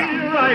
they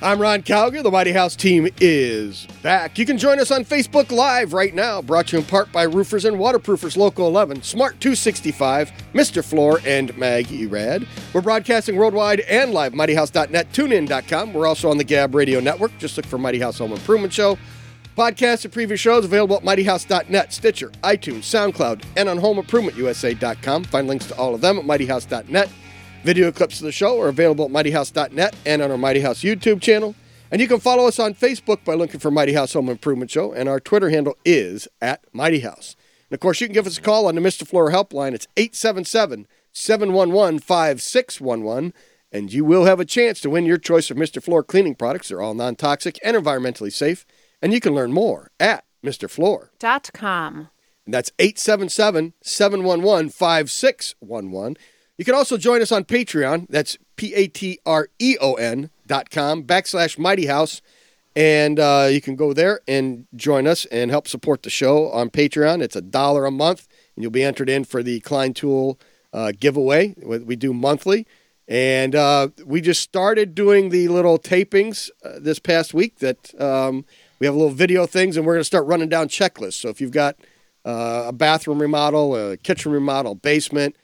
I'm Ron Calger. The Mighty House team is back. You can join us on Facebook Live right now, brought to you in part by Roofers and Waterproofers Local 11, Smart 265, Mr. Floor, and Mag Erad. We're broadcasting worldwide and live, mightyhouse.net, tunein.com. We're also on the Gab Radio Network. Just look for Mighty House Home Improvement Show. Podcasts and previous shows available at mightyhouse.net, Stitcher, iTunes, SoundCloud, and on homeimprovementusa.com. Find links to all of them at mightyhouse.net. Video clips of the show are available at mightyhouse.net and on our Mighty House YouTube channel. And you can follow us on Facebook by looking for Mighty House Home Improvement Show, and our Twitter handle is at Mighty House. And of course, you can give us a call on the Mr. Floor helpline. It's 877 711 5611, and you will have a chance to win your choice of Mr. Floor cleaning products. They're all non toxic and environmentally safe. And you can learn more at Mr. Floor. dot com. And that's 877 711 5611. You can also join us on Patreon. That's P A T R E O N dot com backslash Mighty House. And uh, you can go there and join us and help support the show on Patreon. It's a dollar a month, and you'll be entered in for the Klein Tool uh, giveaway what we do monthly. And uh, we just started doing the little tapings uh, this past week that um, we have little video things, and we're going to start running down checklists. So if you've got uh, a bathroom remodel, a kitchen remodel, basement,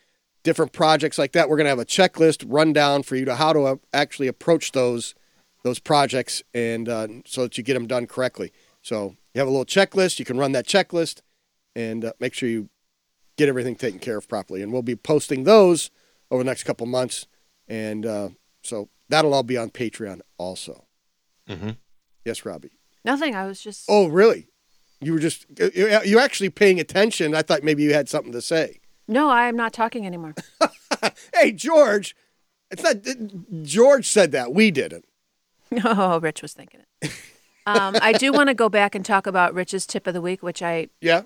different projects like that. We're going to have a checklist rundown for you to how to uh, actually approach those those projects and uh, so that you get them done correctly. So you have a little checklist. You can run that checklist and uh, make sure you get everything taken care of properly. And we'll be posting those over the next couple months. And uh, so that'll all be on Patreon also. Yes, Robbie. Nothing. I was just. Oh, really? You were just you- you actually paying attention. I thought maybe you had something to say. No, I am not talking anymore. hey george it's not george said that we didn't No, Oh, Rich was thinking it. Um, I do want to go back and talk about Rich's tip of the week, which I yeah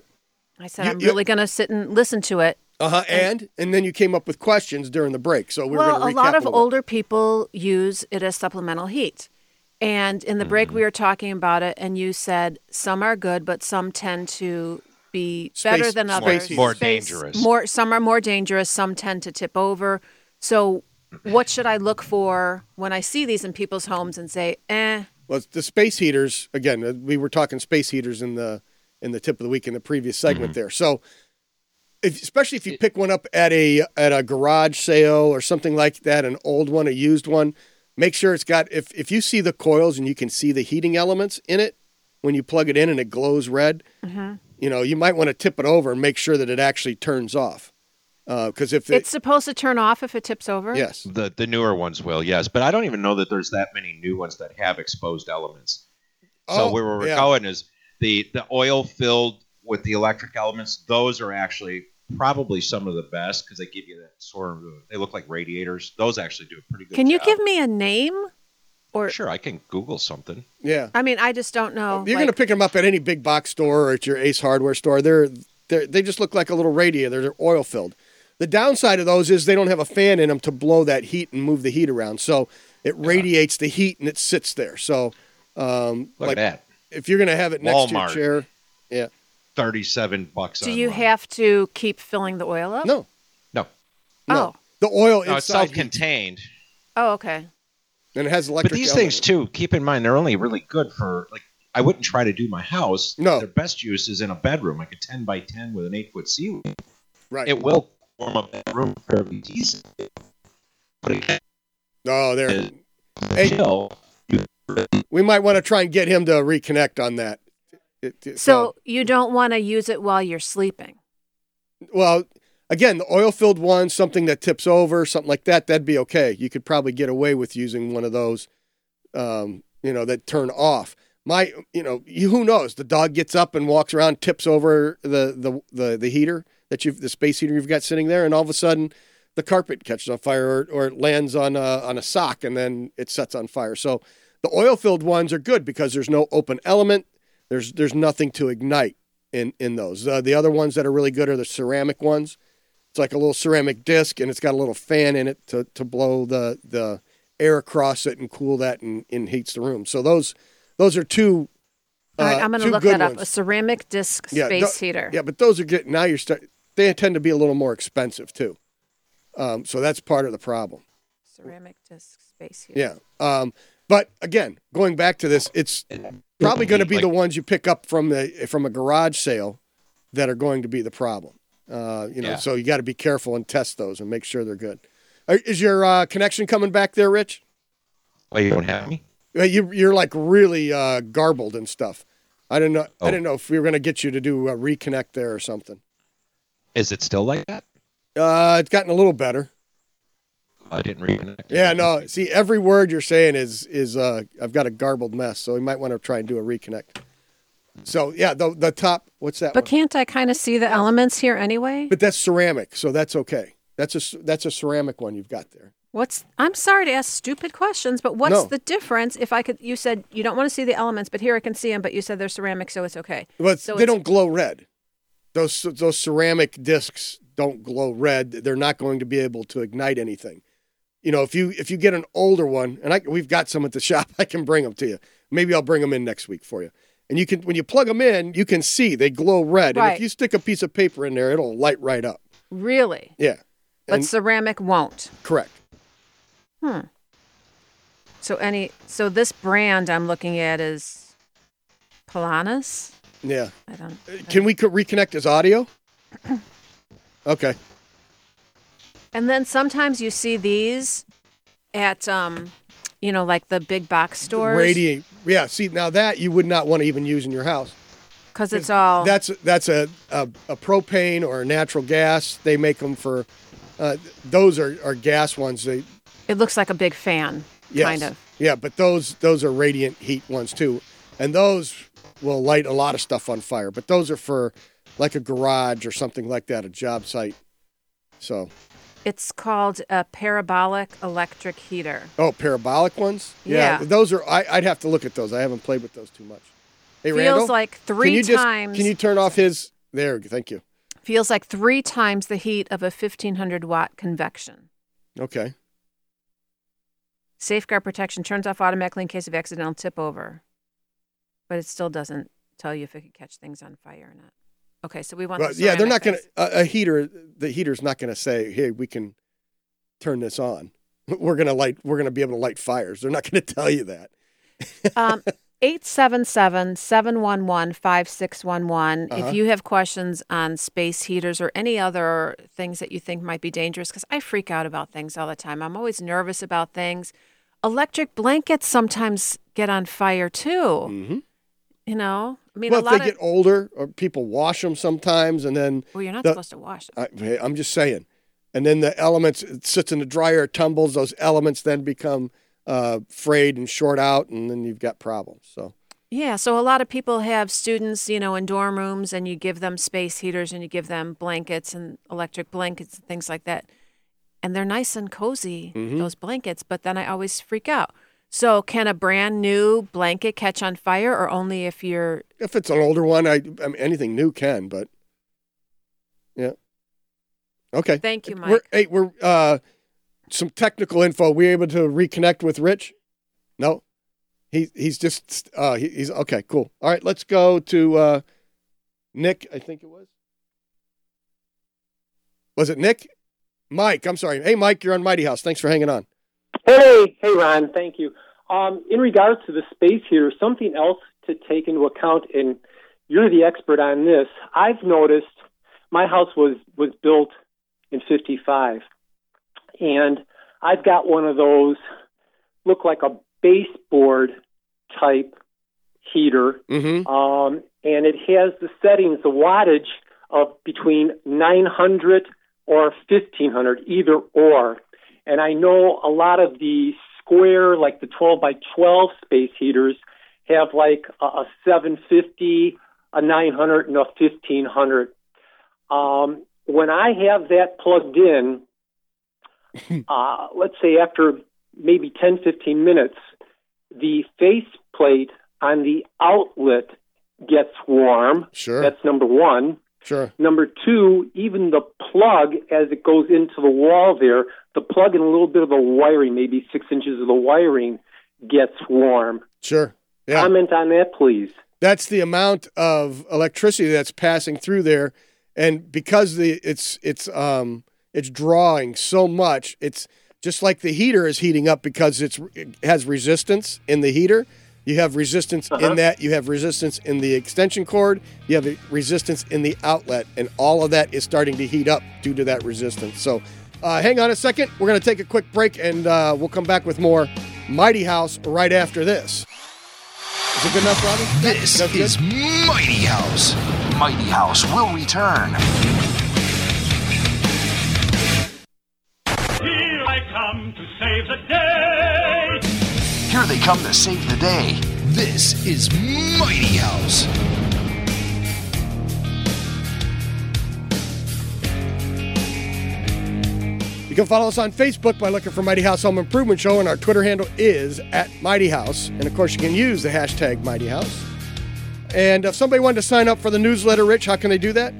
I said You- I'm you- really going to sit and listen to it. uh-huh and and then you came up with questions during the break so we are well, going a to lot of older people use it as supplemental heat. And in the break, Mm. we were talking about it, and you said some are good, but some tend to be better Space- than space others. heat. More dangerous. More, some are more dangerous. Some tend to tip over. So, what should I look for when I see these in people's homes and say, "Eh, well the space heaters again uh, we were talking space heaters in the in the tip of the week in the previous segment Mm-hmm. there so if, especially if you pick one up at a at a garage sale or something like that an old one a used one make sure it's got if if you see the coils and you can see the heating elements in it when you plug it in and it glows red you know you might want to tip it over and make sure that it actually turns off because if it, it's supposed to turn off if it tips over"? yes The the newer ones will, yes, but I don't even know that there's that many new ones that have exposed elements. Oh, so where we're yeah. going is the the oil filled with the electric elements. Those are actually probably some of the best because they give you that sort of they look like radiators. Those actually do a pretty good. Can you job. give me a name? Or Sure, I can Google something. yeah I mean, I just don't know. You're like- gonna pick them up at any big box store or at your Ace Hardware store. They're, they're they just look like a little radiator. They're oil filled. The downside of those is they don't have a fan in them to blow that heat and move the heat around, so it radiates the heat and it sits there. So um, Look like at that, if you're gonna have it next Walmart. to your chair, yeah, thirty-seven bucks. Do on you one. have to keep filling the oil up? no, no? no. Oh. The oil No, it's inside heat, self-contained. Oh, okay. and it has But electric. these element. things too, keep in mind they're only really good for like I wouldn't try to do my house. No. Their best use is in a bedroom, like a ten by ten with an eight foot ceiling. right? It will warm up that room fairly decent. But again, oh, there. Hey. chill. We might want to try and get him to reconnect on that. It- it- So you don't want to use it while you're sleeping. well, again, the oil filled one, something that tips over, something like that, that'd be okay. You could probably get away with using one of those, um, you know, that turn off. My, you know, you, who knows? The dog gets up and walks around, tips over the the the, the heater that you've the space heater you've got sitting there, and all of a sudden, the carpet catches on fire or, or it lands on a, on a sock and then it sets on fire. So The oil filled ones are good because there's no open element. There's there's nothing to ignite in in those. Uh, the other ones that are really good are the ceramic ones. It's like a little ceramic disc, and it's got a little fan in it to to blow the the air across it and cool that and, and heats the room. So those those are two. All right, uh, I'm going to two look good that up. ones. A ceramic disc Yeah, space tho- heater. Yeah, but those are getting now you're start they tend to be a little more expensive too. Um, so that's part of the problem. Ceramic disc space heater. Yeah. Um, but again, going back to this, it's probably going to be the ones you pick up from the from a garage sale that are going to be the problem. Uh, you know, Yeah. so you got to be careful and test those and make sure they're good. Uh, Is your uh, connection coming back there, Rich? Why you don't have me? Uh, You, you're like really uh, garbled and stuff. I don't know. I Oh. don't know if we were going to get you to do a reconnect there or something. Is it still like that? Uh, it's gotten a little better. I didn't reconnect. Yeah, no. See, every word you're saying is is uh, I've got a garbled mess, so we might want to try and do a reconnect. So yeah, the the top. What's that? But one? can't I kind of see the elements here anyway? But that's ceramic, so that's okay. That's a c- that's a ceramic one you've got there. What's I'm sorry to ask stupid questions, but what's No. the difference if I could you said you don't want to see the elements, but here I can see them, but you said they're ceramic, so it's okay. But So they it's- don't glow red. Those those ceramic discs don't glow red. They're not going to be able to ignite anything. You know, if you if you get an older one, and I we've got some at the shop, I can bring them to you. Maybe I'll bring them in next week for you. And you can when you plug them in, you can see they glow red. And if Right. you stick a piece of paper in there, it'll light right up. Really? Yeah, But And- ceramic won't. correct. So any so this brand I'm looking at is Polanis? Yeah. I don't Can we co- reconnect his audio? Okay. And then sometimes you see these at um you know like the big box stores Radiate. Yeah. See, now that you would not want to even use in your house. cuz it's all That's that's a, a, a propane or a natural gas. They make them for. Uh, those are, are gas ones. They it looks like a big fan yes. kind of. Yeah, but those those are radiant heat ones too, and those will light a lot of stuff on fire. But those are for like a garage or something like that, a job site. So, It's called a parabolic electric heater. oh, parabolic ones. Yeah. those are. I, I'd have to look at those. I haven't played with those too much. Hey, feels Randall, like can three you just times can you turn off his? There, thank you. feels like three times the heat of a 1500 watt convection. Okay. Safeguard protection turns off automatically in case of accidental tip over, but it still doesn't tell you if it could catch things on fire or not. Okay, so we want. Well, the yeah, they're not going ceramic to a, a heater. The heater's not going to say, "Hey, we can turn this on. We're going to light. We're going to be able to light fires." They're not going to tell you that. things. um, 877-711-5611 Uh-huh. if you have questions on space heaters or any other things that you think might be dangerous because i freak out about things all the time i'm always nervous about things electric blankets sometimes get on fire too Mm-hmm. you know i mean well, a if lot they of get older, or people wash them sometimes, and then well you're not the- supposed to wash I, them hey, I'm just saying, and then the elements it sits in the dryer, tumbles. Those elements then become uh, frayed and short out, and then you've got problems. So yeah so a lot of people have students you know in dorm rooms and you give them space heaters and you give them blankets and electric blankets and things like that and they're nice and cozy those blankets but then i always freak out so can a brand new blanket catch on fire or only if you're if it's an older one, I, I mean, anything new can, but yeah. Okay. Thank you, Mike. We're, hey, we're uh, some technical info. We able to reconnect with Rich? No, he he's just uh, he, he's okay. Cool. All right, let's go to uh, Nick. I think it was. Was it Nick? Mike, I'm sorry. Hey, Mike, you're on Mighty House. Thanks for hanging on. Hey, hey, Ron. Thank you. Um, in regards to the space heater, something else to take into account, and you're the expert on this. I've noticed my house was was built in '55, and I've got one of those look like a baseboard type heater, Mm-hmm. um, and it has the settings, the wattage of between 900 or 1500, either or. And I know a lot of the square, like the 12 by 12 space heaters, have like a, a 750, a 900, and a 1500. Um, when I have that plugged in, uh, let's say after maybe 10, 15 minutes, the faceplate on the outlet gets warm. Sure. That's number one. Sure. Number two, even the plug as it goes into the wall there, the plug and a little bit of the wiring, maybe six inches of the wiring, gets warm. Sure. Yeah. Comment on that, please. that's the amount of electricity that's passing through there and because the it's it's um it's drawing so much it's just like the heater is heating up because it's it has resistance in the heater you have resistance in that you have resistance in the extension cord you have resistance in the outlet and all of that is starting to heat up due to that resistance so uh, hang on a second we're going to take a quick break and uh, we'll come back with more mighty house right after this is it good enough robbie This That's good? is Mighty House. Mighty House will return. Here I come to save the day. Here they come to save the day. This is Mighty House. You can follow us on Facebook by looking for Mighty House Home Improvement Show, and our Twitter handle is at Mighty House. And of course, you can use the hashtag Mighty House. And if somebody wanted to sign up for the newsletter, Rich, how can they do that?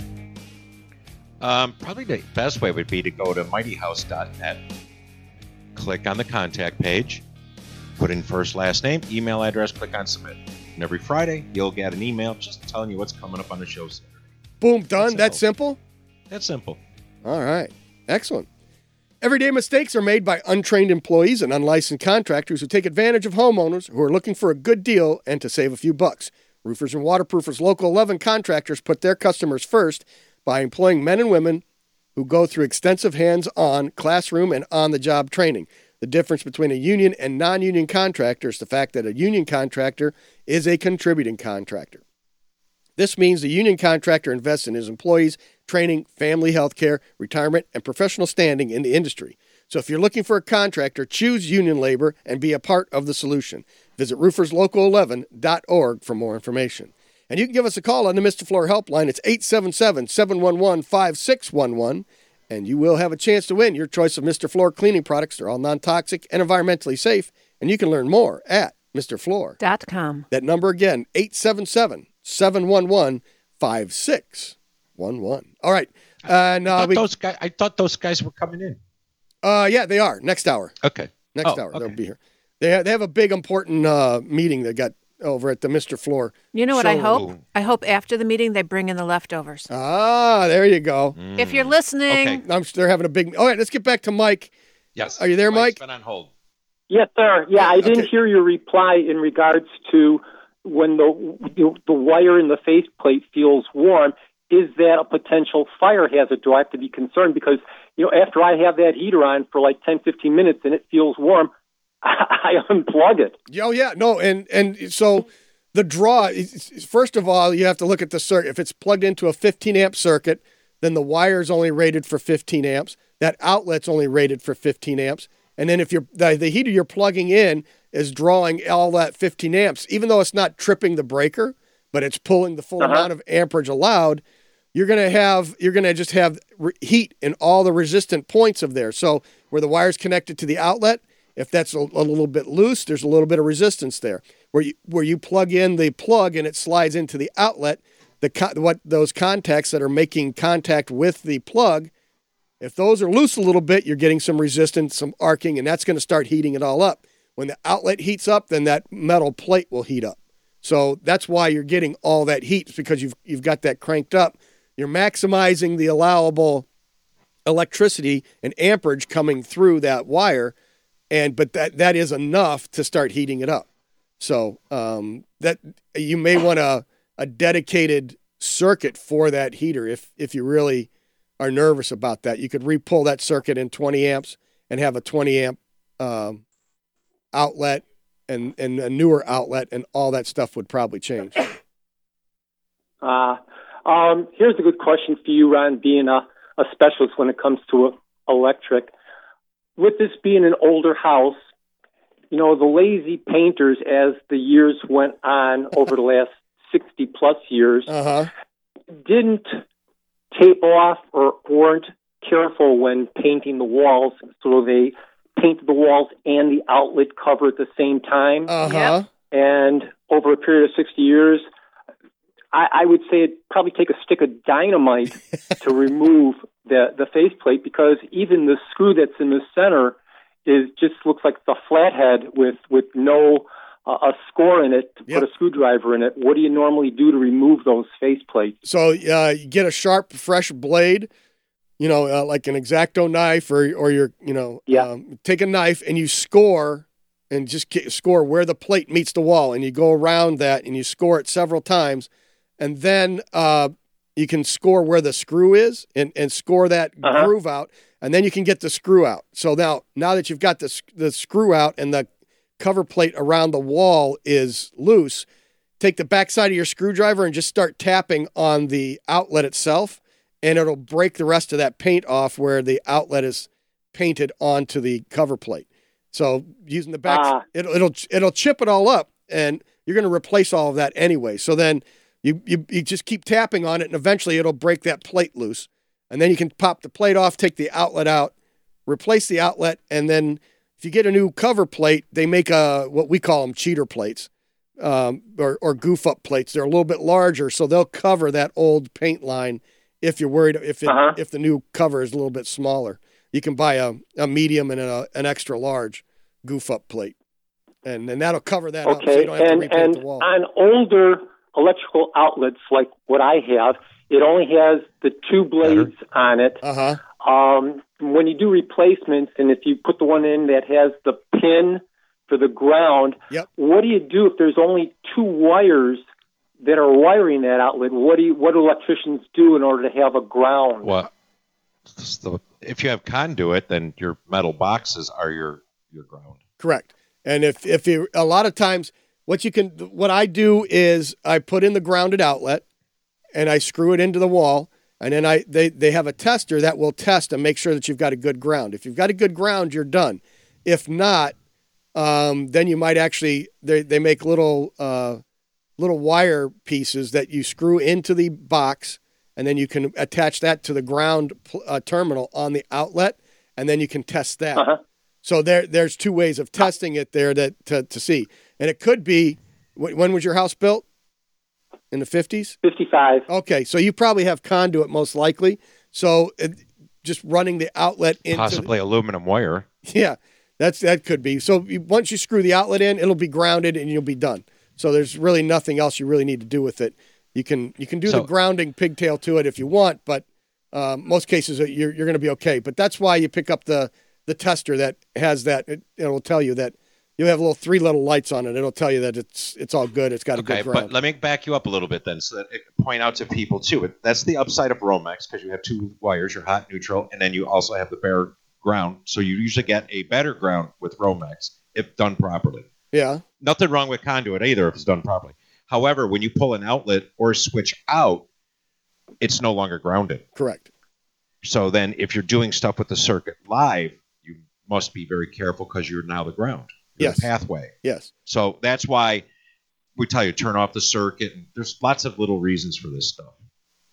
Um, probably the best way would be to go to mightyhouse.net, click on the contact page, put in first, last name, email address, click on submit. And every Friday, you'll get an email just telling you what's coming up on the show Saturday. Boom, done. That That's simple? That's simple. All right. Excellent. Everyday mistakes are made by untrained employees and unlicensed contractors who take advantage of homeowners who are looking for a good deal and to save a few bucks. Roofers and waterproofers Local 11 contractors put their customers first by employing men and women who go through extensive hands on classroom and on the job training. The difference between a union and non union contractor is the fact that a union contractor is a contributing contractor. This means the union contractor invests in his employees' training, family health care, retirement, and professional standing in the industry. So if you're looking for a contractor, choose union labor and be a part of the solution. Visit rooferslocal11.org for more information. And you can give us a call on the Mr. Floor helpline. It's 877 711 5611. And you will have a chance to win your choice of Mr. Floor cleaning products. They're all non toxic and environmentally safe. And you can learn more at Mr. Floor. Dot com. That number again, 877 711 5611. All right. And I, uh, thought we, those guys, I thought those guys were coming in. uh, yeah, they are. Next hour. Okay. Next Oh, hour. okay. They'll be here. They have, they have a big, important uh, meeting that got over at the Mr. Floor. You know what I showroom. hope? I hope after the meeting they bring in the leftovers. Ah, there you go. Mm. If you're listening, Okay. I'm, they're having a big. All right, let's get back to Mike. Yes. Are you there, Mike's Mike? Been on hold. Yes, sir. Yeah, I didn't Okay. hear your reply in regards to when the the wire in the faceplate feels warm. Is that a potential fire hazard? Do I have to be concerned? Because you know, after I have that heater on for like 10, 15 minutes and it feels warm, I unplug it. Yeah, Oh yeah, no, and and so the draw. is- is- First of all, you have to look at the circuit. If it's plugged into a 15 amp circuit, then the wire is only rated for 15 amps. That outlet's only rated for 15 amps. And then if you're the, the heater you're plugging in is drawing all that 15 amps, even though it's not tripping the breaker, but it's pulling the full amount of amperage allowed. You're gonna have you're gonna just have re- heat in all the resistant points of there. So where the wire's connected to the outlet, if that's a, a little bit loose, there's a little bit of resistance there. Where you where you plug in the plug and it slides into the outlet, the co- what those contacts that are making contact with the plug, if those are loose a little bit, you're getting some resistance, some arcing, and that's going to start heating it all up. When the outlet heats up, then that metal plate will heat up. So that's why you're getting all that heat is because you've you've got that cranked up. You're maximizing the allowable electricity and amperage coming through that wire and but that that is enough to start heating it up. So um, that you may want a a dedicated circuit for that heater if if you really are nervous about that. You could re-pull that circuit in 20 amps and have a 20 amp um, outlet and and a newer outlet, and all that stuff would probably change. Uh, um, here's a good question for you, Ron, being a, a specialist when it comes to electric. With this being an older house, you know, the lazy painters, as the years went on over the last 60 plus years, Uh huh. didn't tape off or weren't careful when painting the walls, so they paint the walls and the outlet cover at the same time. Uh huh. and over a period of 60 years, I, I would say it'd probably take a stick of dynamite to remove the, the faceplate because even the screw that's in the center is just looks like the flathead with, with no uh, a score in it to Yep. put a screwdriver in it. What do you normally do to remove those faceplates? So uh, you get a sharp, fresh blade, you know, uh, like an exacto knife, or or your, you know, Yeah. um, take a knife and you score, and just get, score where the plate meets the wall, and you go around that and you score it several times, and then uh, you can score where the screw is and and score that Uh-huh. groove out, and then you can get the screw out. So now now that you've got the s- the screw out and the cover plate around the wall is loose take the backside of your screwdriver and just start tapping on the outlet itself, and it'll break the rest of that paint off where the outlet is painted onto the cover plate. So using the back, Ah. it'll it'll it'll chip it all up, and you're going to replace all of that anyway. So then you, you you just keep tapping on it, and eventually it'll break that plate loose, and then you can pop the plate off, take the outlet out, replace the outlet, and then if you get a new cover plate, they make a what we call them cheater plates um, or, or goof up plates. They're a little bit larger, so they'll cover that old paint line if you're worried if it, Uh-huh. if the new cover is a little bit smaller. You can buy a, a medium and a, an extra large goof up plate, and and that'll cover that up. So Okay, you don't have to and repaint and the wall. on older electrical outlets like what I have, it only has the two blades on it. Uh huh. Um, when you do replacements, and if you put the one in that has the pin for the ground, Yep. what do you do if there's only two wires that are wiring that outlet? What do you, what do electricians do in order to have a ground? Well, s- the- if you have conduit, then your metal boxes are your your ground. Correct. And if if you a lot of times what you can what I do is I put in the grounded outlet and I screw it into the wall and then I they they have a tester that will test and make sure that you've got a good ground. If you've got a good ground, you're done. If not, um, then you might actually they they make little uh, little wire pieces that you screw into the box and then you can attach that to the ground pl- uh, terminal on the outlet and then you can test that. So there, there's two ways of testing it there that to, to see, and it could be wh- when was your house built? In the fifties. Fifty-five. Okay, so you probably have conduit most likely. So it, just running the outlet into Possibly aluminum wire. yeah, that's that could be. So you, once you screw the outlet in, it'll be grounded and you'll be done. So there's really nothing else you really need to do with it. You can you can do So- the grounding pigtail to it if you want, but um, most cases uh, you're you're going to be okay. But that's why you pick up the the tester that has that. It, it'll tell you that you have little three little lights on it. It'll tell you that it's it's all good. It's got a Okay, good ground. but let me back you up a little bit then, so that I can point out to people too. That's the upside of Romex because you have two wires, your hot neutral, and then you also have the bare ground. So you usually get a better ground with Romex if done properly. yeah. Nothing wrong with conduit either if it's done properly. However, when you pull an outlet or switch out, it's no longer grounded. Correct. So then, if you're doing stuff with the circuit live, you must be very careful because you're now the ground, you're Yes. the pathway. Yes. So that's why we tell you turn off the circuit. And there's lots of little reasons for this stuff.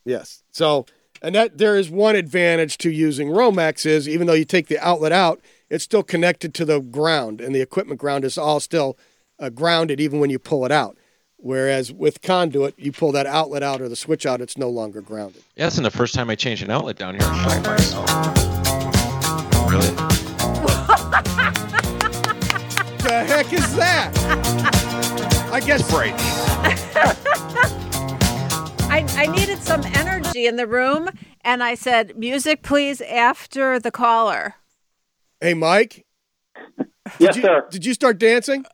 Yes. So, and that there is one advantage to using Romex is even though you take the outlet out, it's still connected to the ground, and the equipment ground is all still uh, grounded even when you pull it out. Whereas with conduit, you pull that outlet out or the switch out, it's no longer grounded. Yeah, that's the first time I changed an outlet down here. I'm by myself. Really? The heck is that? I guess Right. I, I needed some energy in the room, and I said, "Music, please, after the caller." Hey, Mike, Yes, did you, sir. did you start dancing?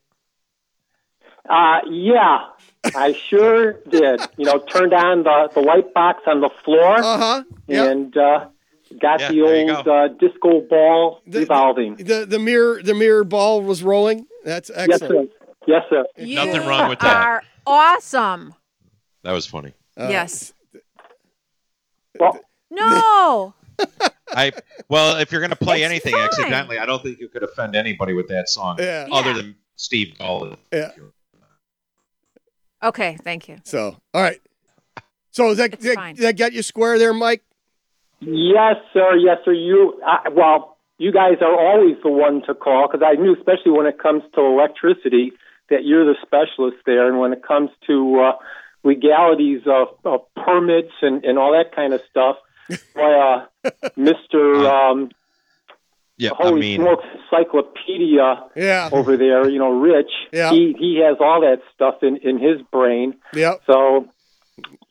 Uh, yeah, I sure did. You know, turned on the the light box on the floor. Uh huh. Yeah. and uh, got Yeah, the there you old go. uh, disco ball The- revolving. The the mirror the mirror ball was rolling. That's Yes, excellent. sir. Yes, sir. Nothing You wrong with that. Uh, Are awesome. That was funny. Uh, yes. Well, No. I well, if you're gonna play It's anything fine. accidentally, I don't think you could offend anybody with that song, Yeah. other Yeah. than Steve Dolan. Yeah. okay. Thank you. So, all right. So is that It's that, fine. that got you square there, Mike? yes, sir. Yes, sir. You. I, well, you guys are always the one to call because I knew, especially when it comes to electricity, that you're the specialist there. And when it comes to uh, legalities of, of permits and, and all that kind of stuff, boy, uh, Mr. Um, Yeah, Uh, I Holy mean, Smokes Encyclopedia Yeah. over there, you know, Rich, Yeah. he, he has all that stuff in, in his brain. Yep. So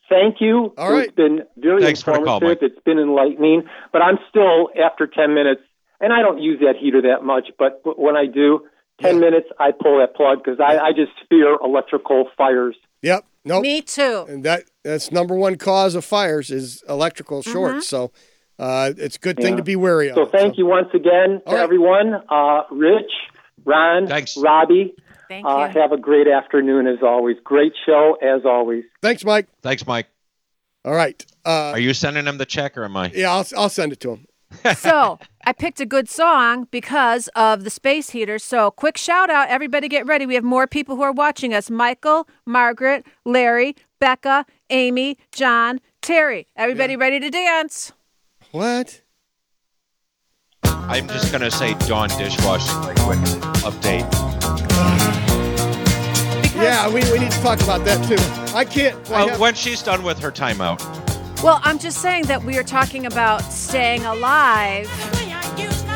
thank you. All right. It's been very Thanks for the call, informative. it's been enlightening. But I'm still, after 10 minutes, and I don't use that heater that much, but but when I do, 10 minutes, I pull that plug because I, I just fear electrical fires. Yep. Nope. Me Uh, too. And that that's number one cause of fires is electrical Mm-hmm. shorts. So uh, it's a good thing to be wary of. So thank you once Oh, again All to right. everyone. Uh, Rich, Ron, Thanks. Robbie. Thank you. Uh, have a great afternoon as always. Great show as always. Thanks, Mike. thanks, Mike. All right. Uh, Are you sending him the check or am I? yeah, I'll, I'll send it to him. so I picked a good song because of the space heater. So quick shout out, everybody get ready. We have more people who are watching us. Michael, Margaret, Larry, Becca, Amy, John, Terry. Everybody ready to dance? What? I'm just going to say Dawn Dishwashing, like quick update. Yeah, we, we need to talk about that too. I can't. I Well, have- when she's done with her timeout, Well, I'm just saying that we are talking about staying alive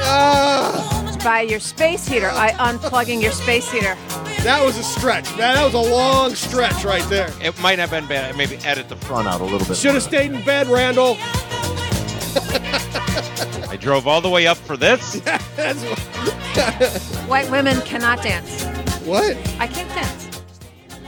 Ah, by your space heater. I unplugging your space heater. that was a stretch, man. That was a long stretch right there. it might have been bad. Maybe edit the front out a little bit. Should have stayed in bed, Randall. I drove all the way up for this. That's what. White women cannot dance. what? I can't dance.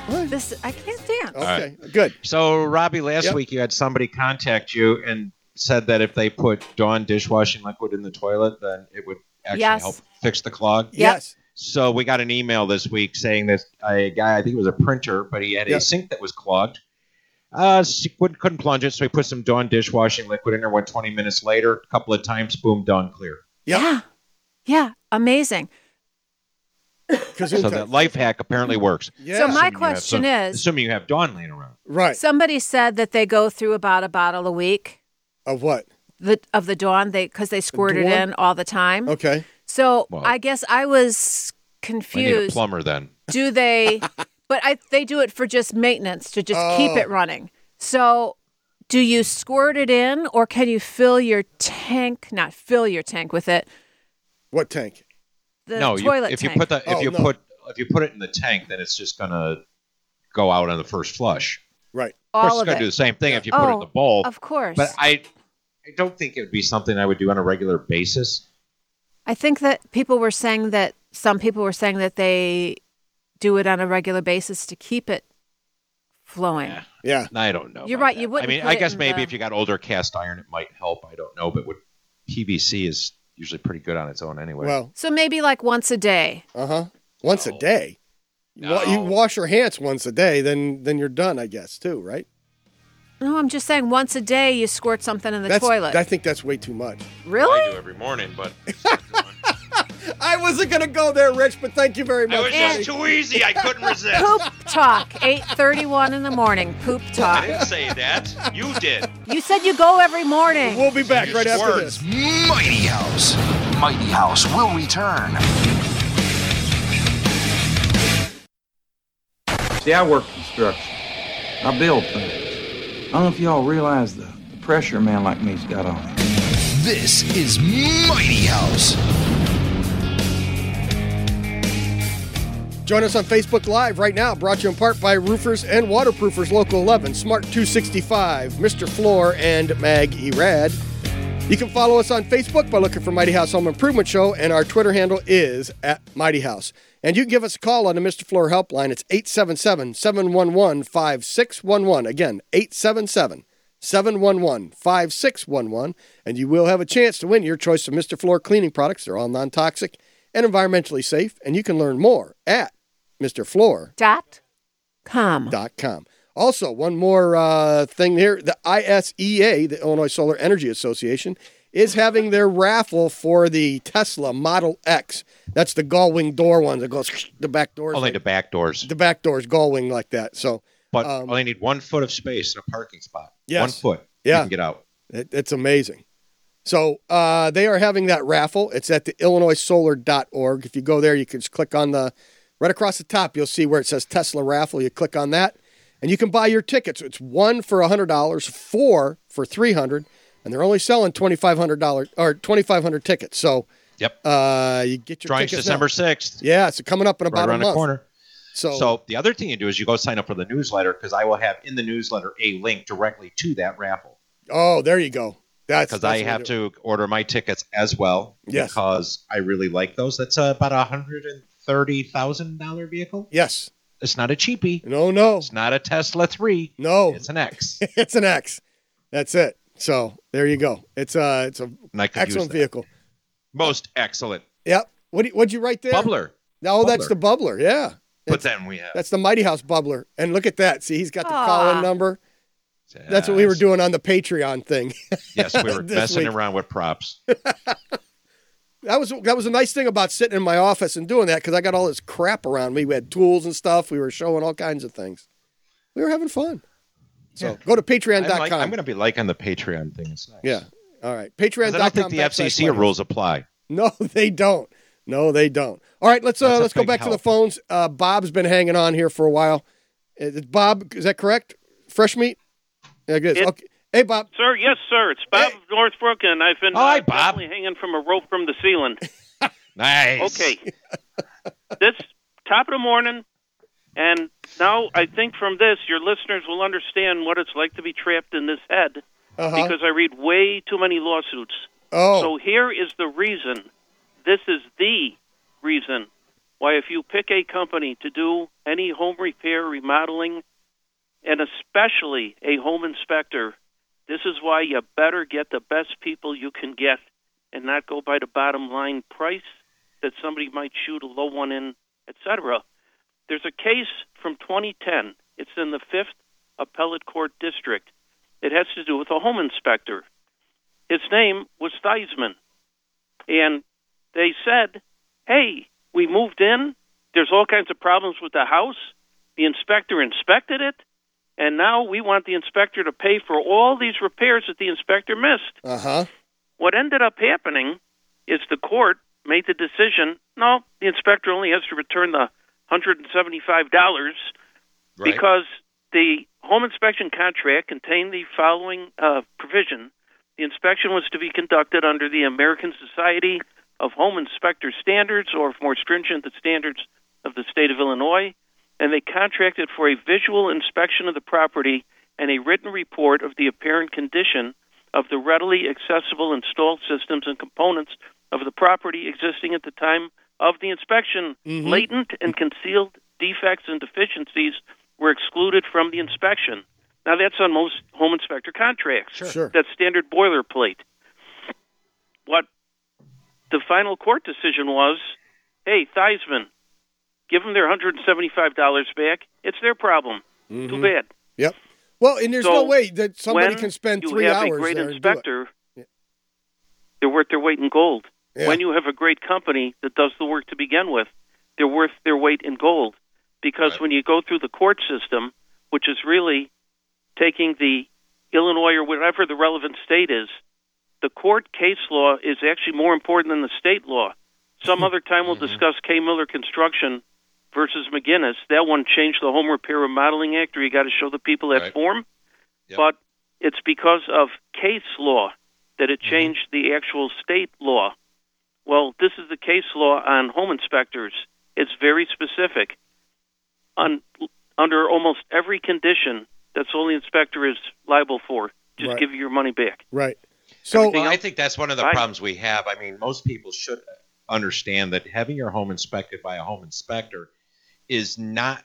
What? This I can't dance. Okay, good. So, Robbie, last Yep. week you had somebody contact you and said that if they put Dawn dishwashing liquid in the toilet, then it would actually Yes. help fix the clog. Yes. So, we got an email this week saying that a guy, I think it was a printer, but he had Yep. a sink that was clogged. Uh, s- couldn't, couldn't plunge it, so he put some Dawn dishwashing liquid in there. Went 20 minutes later, a couple of times, boom, done clear. Yep. Yeah. Yeah. Amazing. Kazoom So time. that life hack apparently works. yeah. So my Assuming you have some- question is- assuming you have Dawn laying around. right. Somebody said that they go through about a bottle a week of what? the, of the Dawn they because they squirt it Dawn? Oh. in all the time. Okay. So Well- I guess I was We need a confused. plumber then. Do they? but I, they do it for just maintenance to just Oh. keep it running. So do you squirt it in, or can you fill your tank? Not fill your tank with it. What tank? The no, you- toilet if tank. you put the if Oh, you no. put if you put it in the tank, then it's just gonna go out on the first flush. Right. Of all course, of it's gonna it. do the same thing if you put it oh, in the bowl. Of course. But I, I don't think it would be something I would do on a regular basis. I think that people were saying that some people were saying that they do it on a regular basis to keep it flowing. Yeah. I don't know. You're about right, that. you wouldn't I mean, put I it guess in maybe the- if you got older cast iron, it might help. I don't know, but would, PVC is usually pretty good on its own anyway. Well, So maybe like once a day. uh huh. Once a day. You wa- You No. wash your hands once a day, then then you're done, I guess, too, right? No, I'm just saying once a day you squirt something in the That's, toilet. I think that's way too much. really? do every morning, but I wasn't gonna go there, Rich, but thank you very much. just buddy. too easy. I couldn't resist. Poop talk. 8:31 in the morning. Poop talk. say that. You did. You said you go every morning. We'll be back right after Words. this. Mighty House. Mighty House will return. See, I work construction. I build things. I don't know if y'all realize the, the pressure a man like me's got on him. This is Mighty House. Join us on Facebook Live right now, brought to you in part by Roofers and Waterproofers Local 11, Smart 265, Mr. Floor, and Mag E Erad. You can follow us on Facebook by looking for Mighty House Home Improvement Show, and our Twitter handle is at Mighty House. And you can give us a call on the Mr. Floor helpline. It's 877 711 5611. Again, 877 711 5611. And you will have a chance to win your choice of Mr. Floor cleaning products. They're all non toxic and environmentally safe. And you can learn more at MrFloor Dot com. com. Also, one more uh, thing here: the ISEA, the Illinois Solar Energy Association, is having their raffle for the Tesla Model X. That's the gull wing door one that goes the back doors, Only like, the back doors. the back doors gull wing like that. So But only need one foot of space in a parking spot. Yes. One foot. Yeah. You can get out. it, it's amazing. So uh, they are having that raffle. It's at the illinoisolar.org. If you go there, you can just click on the right across the top, you'll see where it says Tesla raffle. You click on that and you can buy your tickets. It's one for $100, four for 300 and they're only selling $2,500 or 2,500 tickets. So Yep. uh, you get your Drawings tickets December now. 6th. Yeah, Oh. so coming up in right about around a month. the corner. So, So the other thing you do is you go sign up for the newsletter because I will have in the newsletter a link directly to that raffle oh, there you go. That's because that's I what have it- to order my tickets as well Yes. because I really like those. That's uh, about a hundred and thirty thousand dollar vehicle. Yes. It's not a cheapie. No, no, It's not a Tesla three. no. It's an X, it's an X. That's it. So there you go. It's a it's a and I could use excellent that. vehicle. Most excellent Yep. What do- what'd you write there? bubbler. No, that's Bubbler. the bubbler. Yeah, But then we have that's the Mighty House bubbler. And look at that. See, he's got the call in Aw. number. That's what we were Yes. doing on the Patreon thing. Yes, we were this messing week. around with props. That was that was a nice thing about sitting in my office and doing that because I got all this crap around me. We had tools and stuff. We were showing all kinds of things. We were having fun. So Yeah. go to I'm, patreon.com. like, I'm going to be like on the Patreon thing. It's nice. yeah. All right. 'Cause Patreon.com. I don't think the backslash FCC Mighty House. rules apply. No, they don't. No, they don't. All right, let's uh, That's a let's go big back to the help. phones. Uh, Bob's been hanging on here for a while. Uh, Bob, is that correct? Fresh meat. Yeah, it is. It- okay. Hey, Bob. Sir, yes, sir. It's Bob Hey. of Northbrook, and I've been Oh, hi, uh, Bob. definitely hanging from a rope from the ceiling. Nice. Okay. this top of the morning, and now I think from this, your listeners will understand what it's like to be trapped in this head Uh-huh. because I read way too many lawsuits. oh, So here is the reason. This is the reason why if you pick a company to do any home repair, remodeling, and especially a home inspector, this is why you better get the best people you can get and not go by the bottom line price that somebody might shoot a low one in, etc. There's a case from 2010. It's in the 5th Appellate Court District. It has to do with a home inspector his name was Theismann. And they said, hey, we moved in. There's all kinds of problems with the house. The inspector inspected it. And now we want the inspector to pay for all these repairs that the inspector missed. uh huh. What ended up happening is the court made the decision no, the inspector only has to return the $175 Right. because the home inspection contract contained the following uh, provision. The inspection was to be conducted under the American Society of Home Inspector Standards, or if more stringent, the standards of the state of Illinois, and they contracted for a visual inspection of the property and a written report of the apparent condition of the readily accessible installed systems and components of the property existing at the time of the inspection. Mm-hmm. Latent and concealed defects and deficiencies were excluded from the inspection. Now, that's on most home inspector contracts. Sure. That's standard boilerplate. What the final court decision was hey, Theismann, give them their $175 back. It's their problem. Mm-hmm. Too bad. Yep. Well, and there's So, no way that somebody when can spend you three have hours a great there and do it. inspector, they're worth their weight in gold. Yeah. When you have a great company that does the work to begin with, they're worth their weight in gold. Because Right. when you go through the court system, which is really taking the Illinois or whatever the relevant state is, the court case law is actually more important than the state law. Some other time Mm-hmm. we'll discuss K. Miller Construction versus McGinnis. That one changed the Home Repair Remodeling Act, or you got to show the people that Right. form. Yep. But it's because of case law that Mm-hmm. it changed the actual state law. Well, this is the case law on home inspectors. It's very specific. On, under almost every condition, that's all the inspector is liable for. Just Right. give you your money back. Right. So Well, I think that's one of the Fine. problems we have. I mean, most people should understand that having your home inspected by a home inspector is not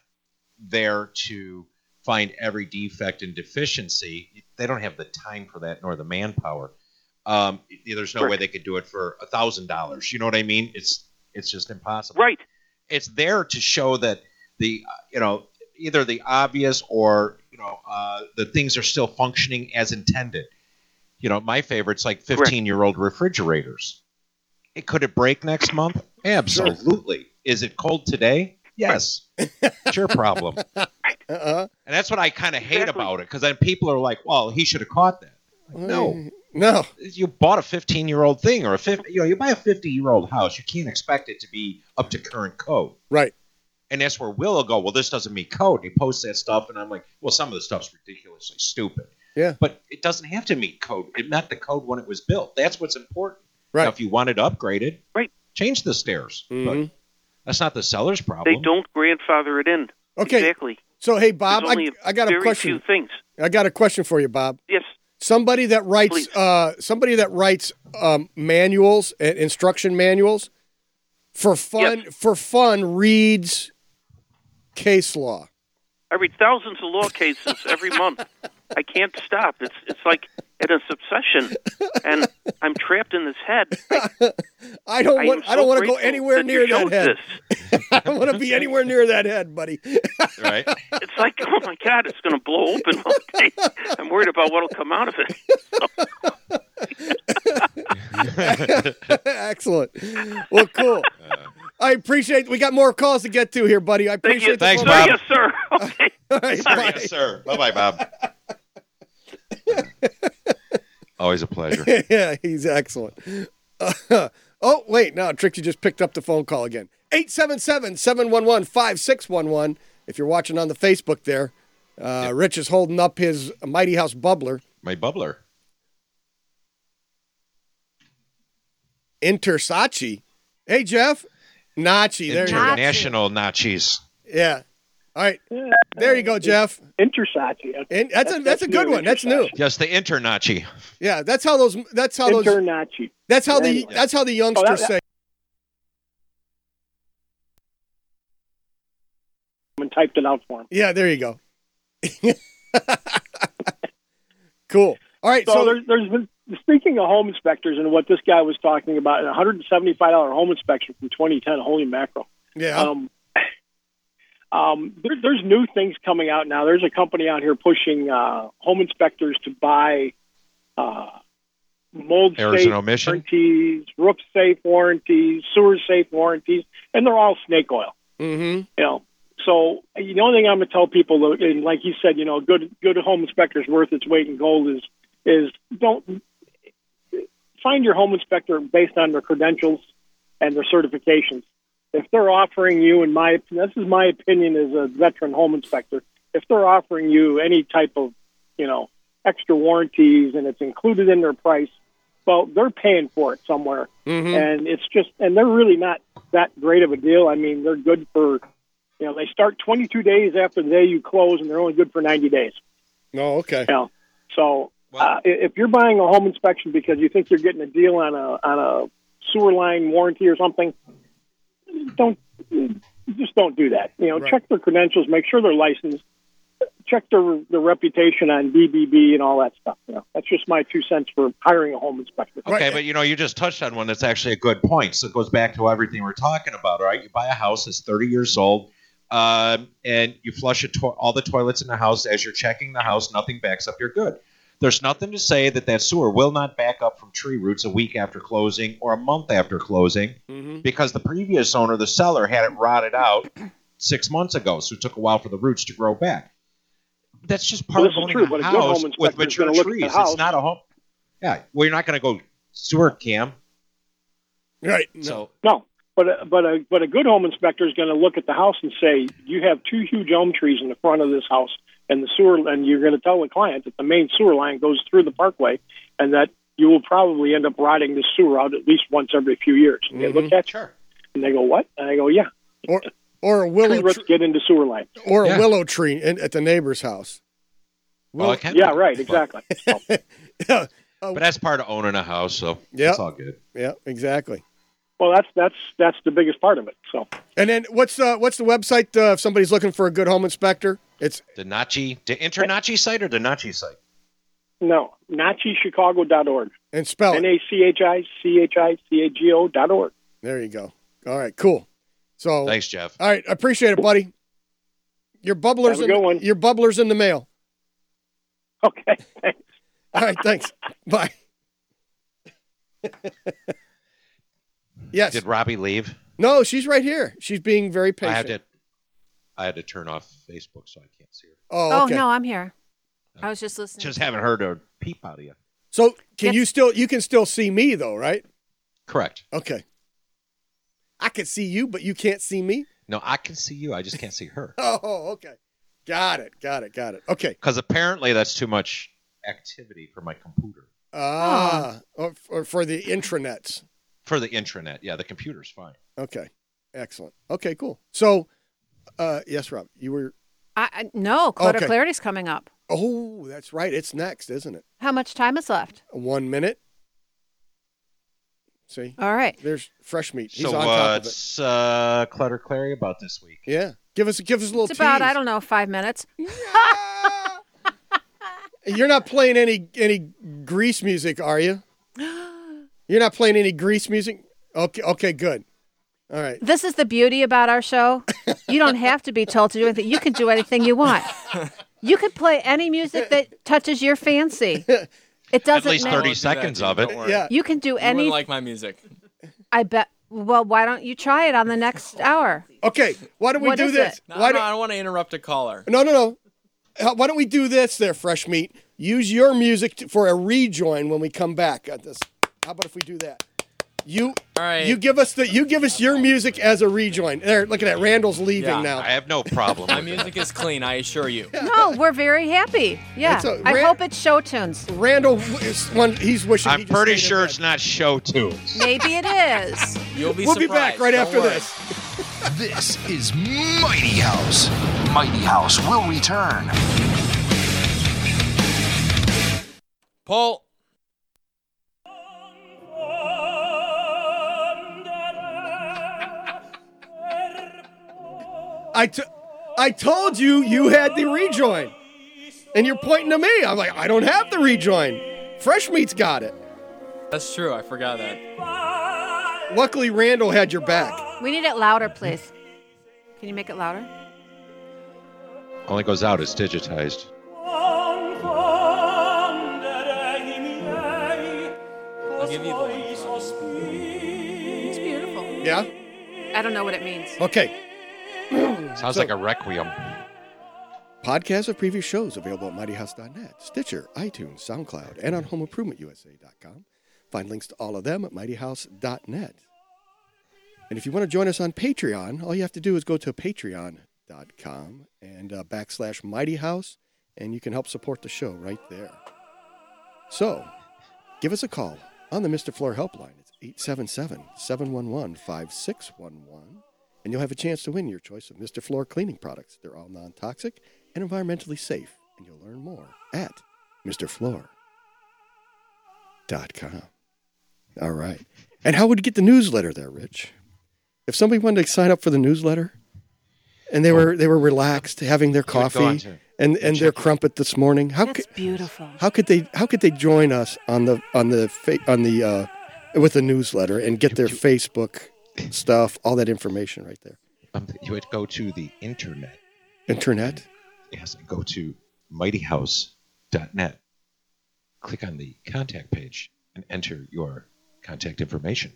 there to find every defect and deficiency. They don't have the time for that nor the manpower. Um, there's no way Correct. they could do it for a thousand dollars. You know what I mean? It's it's just impossible. Right. It's there to show that the uh, you know either the obvious or you know uh, the things are still functioning as intended you know, my favorite's like 15 year old refrigerators. It could it break next month? Absolutely. Is it cold today? Yes. it's your problem. uh-uh. And that's what I kind of hate Exactly. about it because then people are like, well, he should have caught that. Like, no. No. you bought a 15 year old thing or a 50, you know, you buy a 50 year old house, you can't expect it to be up to current code. Right. And that's where Will will go, well, this doesn't meet code. He posts that stuff, and I'm like, well, some of the stuff's ridiculously stupid. Yeah. But it doesn't have to meet code. It met the code when it was built. That's what's important. Right. Now, if you want it upgraded, Right. change the stairs. Mhm. But that's not the seller's problem. They don't grandfather it in. Okay. Exactly. So hey Bob, There's I, only I got a very question. few things. I got a question for you, Bob. Yes. Somebody that writes Please. uh, somebody that writes um, manuals and instruction manuals for fun for fun reads case law. I read thousands of law cases every month. I can't stop. It's it's like an obsession, and I'm trapped in this head. I, I don't I want am I don't so want to go grateful anywhere that near you that showed head. This. I don't want to be anywhere near that head, buddy. Right. It's like, oh my God, it's going to blow open one day. I'm worried about what'll come out of it. Excellent. Well, cool. I appreciate. We got more calls to get to here, buddy. I Thank appreciate. you. the Thanks, phone Sorry, Bob. Yes, sir. Okay. call. All right, Sure, bye. yes, sir. Bye bye, Bob. Always a pleasure. yeah, he's excellent. oh, wait, no, Trixie just picked up the phone call again. 877-711-5611. If you're watching on the Facebook there, uh, Rich is holding up his Mighty House bubbler, My bubbler. Intersachi. Hey, Jeff. Nachi. There you go. International Nachis. Yeah. All right. There you go, Jeff. Intersachi. And that's a that's a good one. That's new. Yes, the Internachi. Yeah, that's how those that's how those Internachi. that's how the Anyway. that's how the youngsters Oh, that- say. And typed it out for him. Yeah, there you go. cool. All right, So, so, there's, there's been speaking of home inspectors and what this guy was talking about, a 175 dollar home inspection from 2010. Holy mackerel! yeah. Um, um, there, there's new things coming out now. There's a company out here pushing uh, home inspectors to buy uh, mold Errors safe and omission? warranties, roof safe warranties, sewer safe warranties, and they're all snake oil. mm-hmm. You know, so you know, the only thing I'm going to tell people, though, and like you said, you know, good good home inspector's worth its weight in gold. Is is don't find your home inspector based on their credentials and their certifications. If they're offering you, in my this is my opinion as a veteran home inspector, if they're offering you any type of you know extra warranties and it's included in their price, well, they're paying for it somewhere and it's just and they're really not that great of a deal. I mean, they're good for you know they start 22 days after the day you close, and they're only good for 90 days. No, okay. You know, so Wow. uh, i- if you're buying a home inspection because you think you're getting a deal on a on a sewer line warranty or something, don't just don't do that. You know, Right. check their credentials, make sure they're licensed. Check their, their reputation on BBB and all that stuff. You know, that's just my two cents for hiring a home inspector. Okay, Right. but you know, you just touched on one that's actually a good point. So it goes back to everything we're talking about, all right? You buy a house that's 30 years old, um, and you flush a to- all the toilets in the house. As you're checking the house, nothing backs up. You're good. There's nothing to say that that sewer will not back up from tree roots a week after closing or a month after closing because the previous owner, the seller, had it rotted out six months ago. So it took a while for the roots to grow back. That's just part Well, of this is owning true, a but a good house home with inspector is mature gonna look at the trees. It's house. not a home. Yeah, well, you're not going to go sewer cam. Right. No. So No, but a, but a but a good home inspector is going to look at the house and say you have two huge elm trees in the front of this house, and the sewer, and you're going to tell the client that the main sewer line goes through the parkway, and that you will probably end up rotting the sewer out at least once every few years. And they look at you sure, and they go, "What?" And I go, "Yeah, or or a tree willow roots tr- get into sewer line." or a Yeah. Oh, willow tree in, at the neighbor's house. well, it can Yeah, be. right, But- exactly. So, But, that's part of owning a house, so Yeah. it's all good. Yeah, exactly. well, that's that's that's the biggest part of it. So And then what's the what's the website uh, if somebody's looking for a good home inspector? It's The Nachi, the Internachi site or the Nachi site? no, nachichicago.org, and spell n it. a c h i c h i c a g o dot org. There you go. All right, cool. So Thanks, Jeff. all right, I appreciate it, buddy. Your bubblers Have a in good one. your bubblers in the mail. Okay, thanks. All right, thanks. Bye. yes. Did Robbie leave? No, she's right here. She's being very I patient. had to. I had to turn off Facebook, so I can't see her. Oh, Oh, okay. no, I'm here. I was just listening. Just haven't heard a peep out of you. So can you still you can still see me though, right? Correct. Okay. I can see you, but you can't see me. No, I can see you. I just can't see her Oh, okay. Got it. Got it. Got it. Okay. because apparently that's too much activity for my computer. Ah, or, or for the intranets. For the intranet, yeah, the computer's fine. Okay. Excellent. Okay. Cool. So, uh, yes, Rob, you were. I, I no, clutter Okay. clarity's coming up. Oh, that's right. It's next, isn't it? How much time is left? One minute. See, All right. there's fresh meat. He's so on top of it. what's uh, Clutter Clary about this week? Yeah. Give us give us a little. It's about tease. I don't know five minutes. You're not playing any any grease music, are you? You're not playing any grease music? Okay, okay, good. All right. This is the beauty about our show. You don't have to be told to do anything. You can do anything you want. You can play any music that touches your fancy. It At doesn't least matter. thirty seconds of it. Yeah. You can do I any. like my music. I bet. Well, why don't you try it on the next hour? Okay, why don't we What do is this? it? No, Why no, do- I don't want to interrupt a caller. No, no, no. Uh, Why don't we do this there, fresh meat? Use your music t for a rejoin when we come back at this. How about if we do that? You All right. you give us the you give us your music as a rejoin. There, look at that. Randall's leaving Yeah, now. I have no problem. My with it. music is clean, I assure you. No, we're very happy. Yeah. It's a- I Ran- hope it's show tunes. Randall w- is one he's wishing I'm he just pretty stayed in sure bed. it's not show tunes. Maybe it is. You'll be We'll be surprised. back right Don't after worry. this. This is Mighty House. Mighty House will return. Paul, I, t- I told you you had the rejoin. And you're pointing to me. I'm like, I don't have the rejoin. Fresh Meat's got it. that's true. I forgot that. Luckily, Randall had your back. We need it louder, please. Can you make it louder? Only goes out as digitized. I'll give you the one. It's beautiful. Yeah? I don't know what it means. Okay. Sounds like a requiem. Podcasts of previous shows available at mightyhouse.net, Stitcher, iTunes, SoundCloud, and on homeimprovementusa.com. Find links to all of them at mightyhouse.net. And if you want to join us on Patreon, all you have to do is go to patreon.com and uh, backslash Mighty House, and you can help support the show right there. So, give us a call on the Mr. Floor helpline. It's 877 711 5611, and you'll have a chance to win your choice of Mr. Floor cleaning products. They're all non toxic and environmentally safe, and you'll learn more at MrFloor.com. All right. And how would you get the newsletter there, Rich? If somebody wanted to sign up for the newsletter and they were they were relaxed having their Oh. would go on coffee to- and, and their crumpet this morning, how That's could beautiful. how could they how could they join us on the on the fa- on the uh, with the newsletter and get their Facebook stuff, all that information right there? Um, you would go to the internet. Internet. Yes, and go to mightyhouse.net. Click on the contact page and enter your contact information.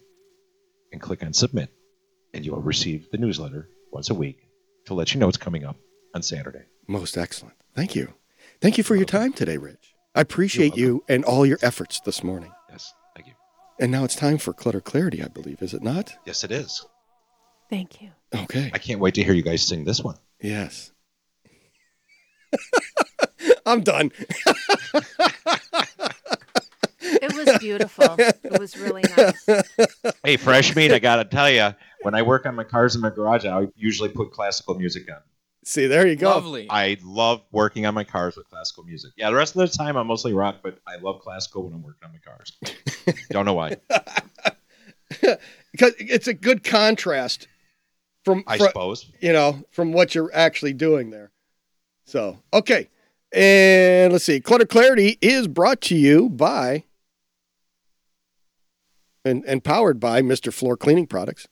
And click on submit, and you'll receive the newsletter once a week to let you know it's coming up on Saturday. Most excellent. Thank you. Thank you for your time today, Rich. I appreciate you and all your efforts this morning. Yes, thank you. And now it's time for clutter clarity, I believe, is it not? Yes, it is. Thank you. Okay. I can't wait to hear you guys sing this one. Yes. I'm done. It was beautiful. it was really nice. Hey, fresh meat, I gotta tell you, when I work on my cars in my garage, I usually put classical music on. See, there you go. Lovely. I love working on my cars with classical music. Yeah, the rest of the time I'm mostly rock, but I love classical when I'm working on my cars. Don't know why. Because it's a good contrast from, I fro- suppose. you know, from what you're actually doing there. So, okay. And let's see. Clutter Clarity is brought to you by and, and powered by Mr. Floor Cleaning Products.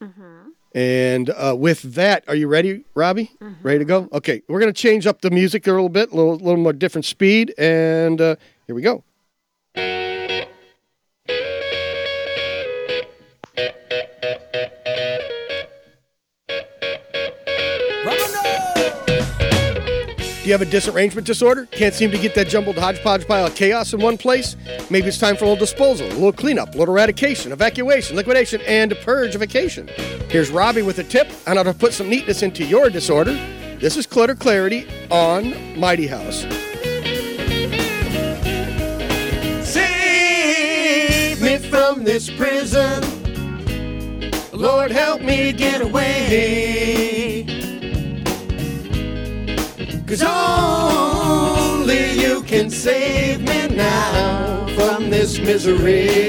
And uh, with that, are you ready, Robbie? Ready to go? Okay. We're going to change up the music a little bit, a little, little more different speed. And uh, here we go. Do you have a disarrangement disorder? Can't seem to get that jumbled hodgepodge pile of chaos in one place? Maybe it's time for a little disposal, a little cleanup, a little eradication, evacuation, liquidation, and purgeification. Here's Robbie with a tip on how to put some neatness into your disorder. This is Clutter Clarity on Mighty House. Save me from this prison. Lord, help me get away. Cause only you can save me now from this misery.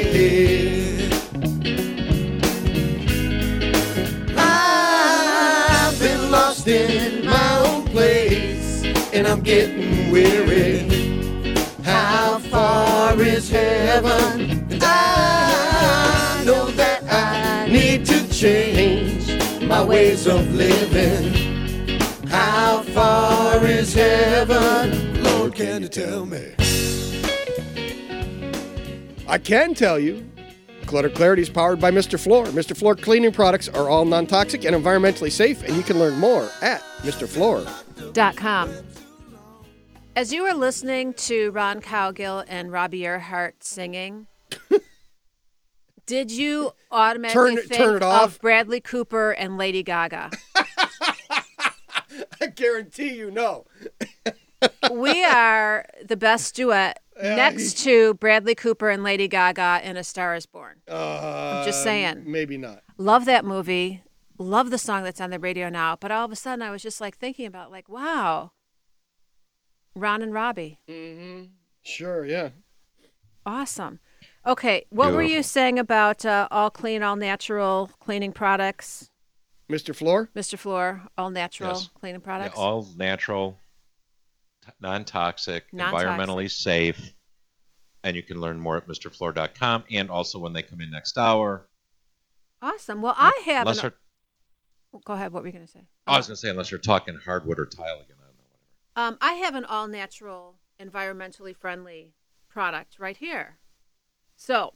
I've been lost in my own place and I'm getting weary. How far is heaven? And I know that I need to change my ways of living. How far is heaven? Lord, can you tell me? I can tell you, Clutter Clarity is powered by Mr. Floor. Mr. Floor cleaning products are all non toxic and environmentally safe, and you can learn more at Mr. Floor. dot com. As you were listening to Ron Cowgill and Robbie Earhart singing, did you automatically Turn it- think turn it off. of Bradley Cooper and Lady Gaga? I guarantee you no. we are the best duet Yeah, next to Bradley Cooper and Lady Gaga in A Star Is Born. I'm just saying. Maybe not. Love that movie. Love the song that's on the radio now. But all of a sudden, I was just like thinking about like, wow, Ron and Robbie, Mm-hmm. Sure, yeah. awesome. Okay, what were you Beautiful. saying about uh, all clean, all natural cleaning products, Mr. Floor? Mr. Floor? All natural Yes. cleaning Yeah, products. all natural, t- non-toxic, Non-toxic. environmentally safe. And you can learn more at MrFloor.com and also when they come in next hour. awesome. Well, I have. Unless An... Oh, you're- Go ahead. What were you going to say? I was going to say, unless you're talking hardwood or tile again. Um, I have an all natural, environmentally friendly product right here. So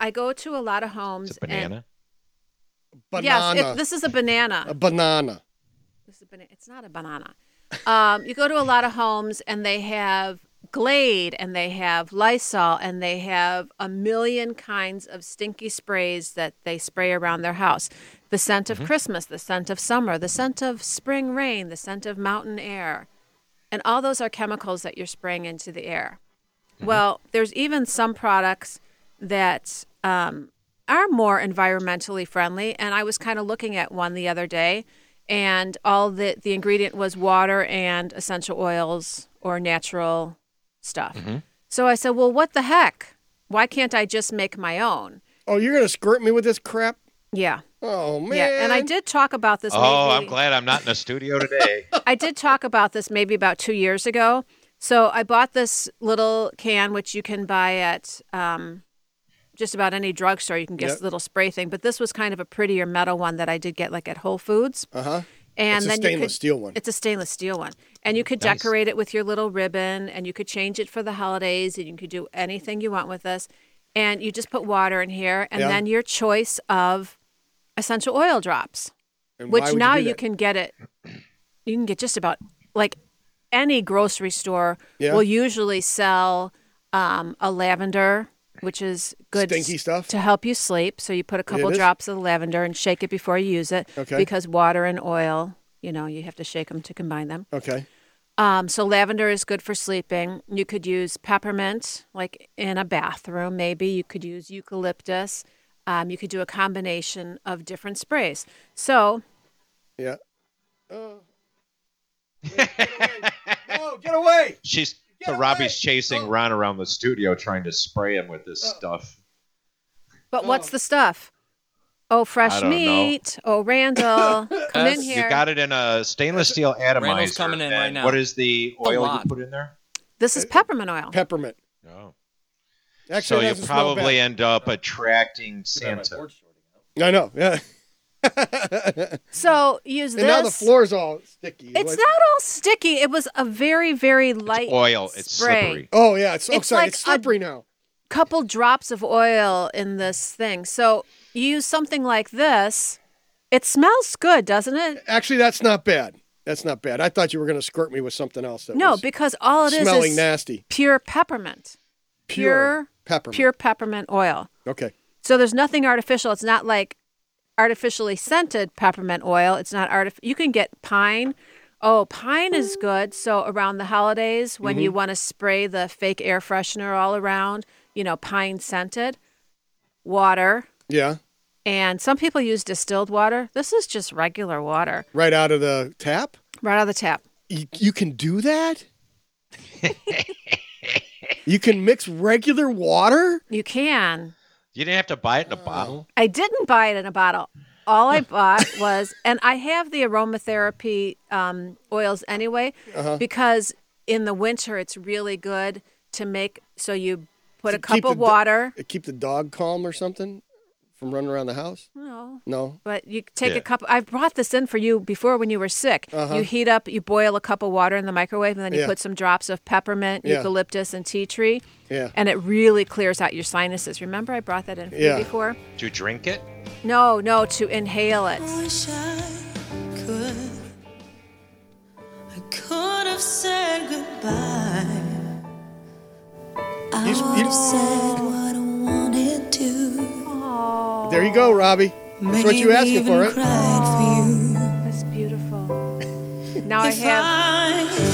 I go to a lot of homes. It's a banana. And, Banana. yes, it- this is a banana. a banana. This is a banana. It's not a banana. Um, you go to a lot of homes and they have Glade and they have Lysol and they have a million kinds of stinky sprays that they spray around their house. The scent of Christmas, the scent of summer, the scent of spring rain, the scent of mountain air. And all those are chemicals that you're spraying into the air. Mm-hmm. Well, there's even some products that um, are more environmentally friendly. And I was kind of looking at one the other day, and all the the ingredient was water and essential oils or natural stuff. Mm-hmm. So I said, "Well, what the heck? Why can't I just make my own?" Oh, you're going to squirt me with this crap? Yeah. Oh, man. Yeah, and I did talk about this. Oh, maybe- I'm glad I'm not in the studio today. I did talk about this maybe about two years ago. So I bought this little can, which you can buy at um, just about any drugstore. You can get Yep. this little spray thing, but this was kind of a prettier metal one that I did get like at Whole Foods. Uh huh. And It's a then you stainless could- steel one. It's a stainless steel one, and you could Nice. decorate it with your little ribbon, and you could change it for the holidays, and you could do anything you want with this. And you just put water in here, and Yeah. then your choice of essential oil drops, And why which would you now do you, that? can get it. You can get just about like any grocery store Yeah. will usually sell um, a lavender, which is good Stinky stuff? to help you sleep. So you put a couple is? drops of lavender and shake it before you use it, Okay. because water and oil, you know, you have to shake them to combine them. Okay. Um, so lavender is good for sleeping. You could use peppermint, like in a bathroom, maybe. You could use eucalyptus. Um, you could do a combination of different sprays. So Yeah. Uh, no, get away! She's the Robbie's chasing Oh. Ron around the studio trying to spray him with this stuff. But what's the stuff? Oh, fresh don't know. meat. Oh, Randall, come in Yes. here. You got it in a stainless steel atomizer. Randall's coming in right and now. What is the A oil you lot. put in there? this is peppermint oil. Peppermint. No. Actually, it so doesn't you smell probably end up attracting Santa. I know. Yeah. So use and this. now the floor's all sticky. It's not all sticky. It was a very, very light Oil. It's spray. slippery. Oh yeah, it's, oh, It's sorry, like it's slippery now. couple drops of oil in this thing. So you use something like this. It smells good, doesn't it? Actually, that's not bad. That's not bad. I thought you were going to squirt me with something else. That No, was because all it is smelling is nasty. pure peppermint. Pure peppermint. Pure peppermint oil. Okay. So there's nothing artificial. It's not like artificially scented peppermint oil. It's not artif- You can get pine. Oh, pine is good. So around the holidays, when you Mhm. want to spray the fake air freshener all around, you know, pine scented, water, Yeah. and some people use distilled water. This is just regular water, Right out of the tap. right out of the tap. You, you can do that? you can mix regular water? You can. You didn't have to buy it in Uh, a bottle. I didn't buy it in a bottle. All I bought was, and I have the aromatherapy um, oils anyway, Uh-huh. because in the winter it's really good to make. So you put To a cup keep of the do- water. keep the dog calm or something from running around the house? No, No. but you take Yeah. a cup. I brought this in for you before when you were sick. Uh-huh. You heat up, you boil a cup of water in the microwave, and then you Yeah. put some drops of peppermint, Yeah. eucalyptus, and tea tree, Yeah. and it really clears out your sinuses. Remember, I brought that in for Yeah. you before. To drink it? No, no, to inhale it. could, I could have said goodbye. Oh, I would have said what I wanted to. There you go, Robbie. That's what you Maybe asking for, even right? cried for you. That's beautiful. Now I If have